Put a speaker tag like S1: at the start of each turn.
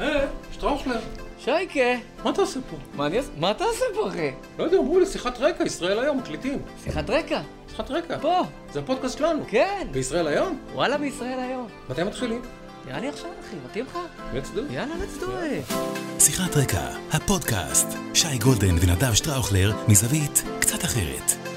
S1: אה, שטראוכלר,
S2: שייקה,
S1: מה אתה עושה פה?
S2: מה אני עושה? מה אתה עושה פה אחי?
S1: לא יודע, אמרו לי, שיחת רקע, ישראל היום, מקליטים.
S2: שיחת רקע,
S1: שיחת רקע.
S2: פה,
S1: זה הפודקאסט שלנו.
S2: כן,
S1: בישראל היום?
S2: וואלה בישראל היום.
S1: מתי מתחילים?
S2: נראה לי עכשיו אחי, מתאים לך?
S1: let's do it.
S2: יאללה, let's do it.
S3: שיחת רקע, הפודקאסט, שי גולדן ונדב שטראוכלר, מזווית קצת אחרת.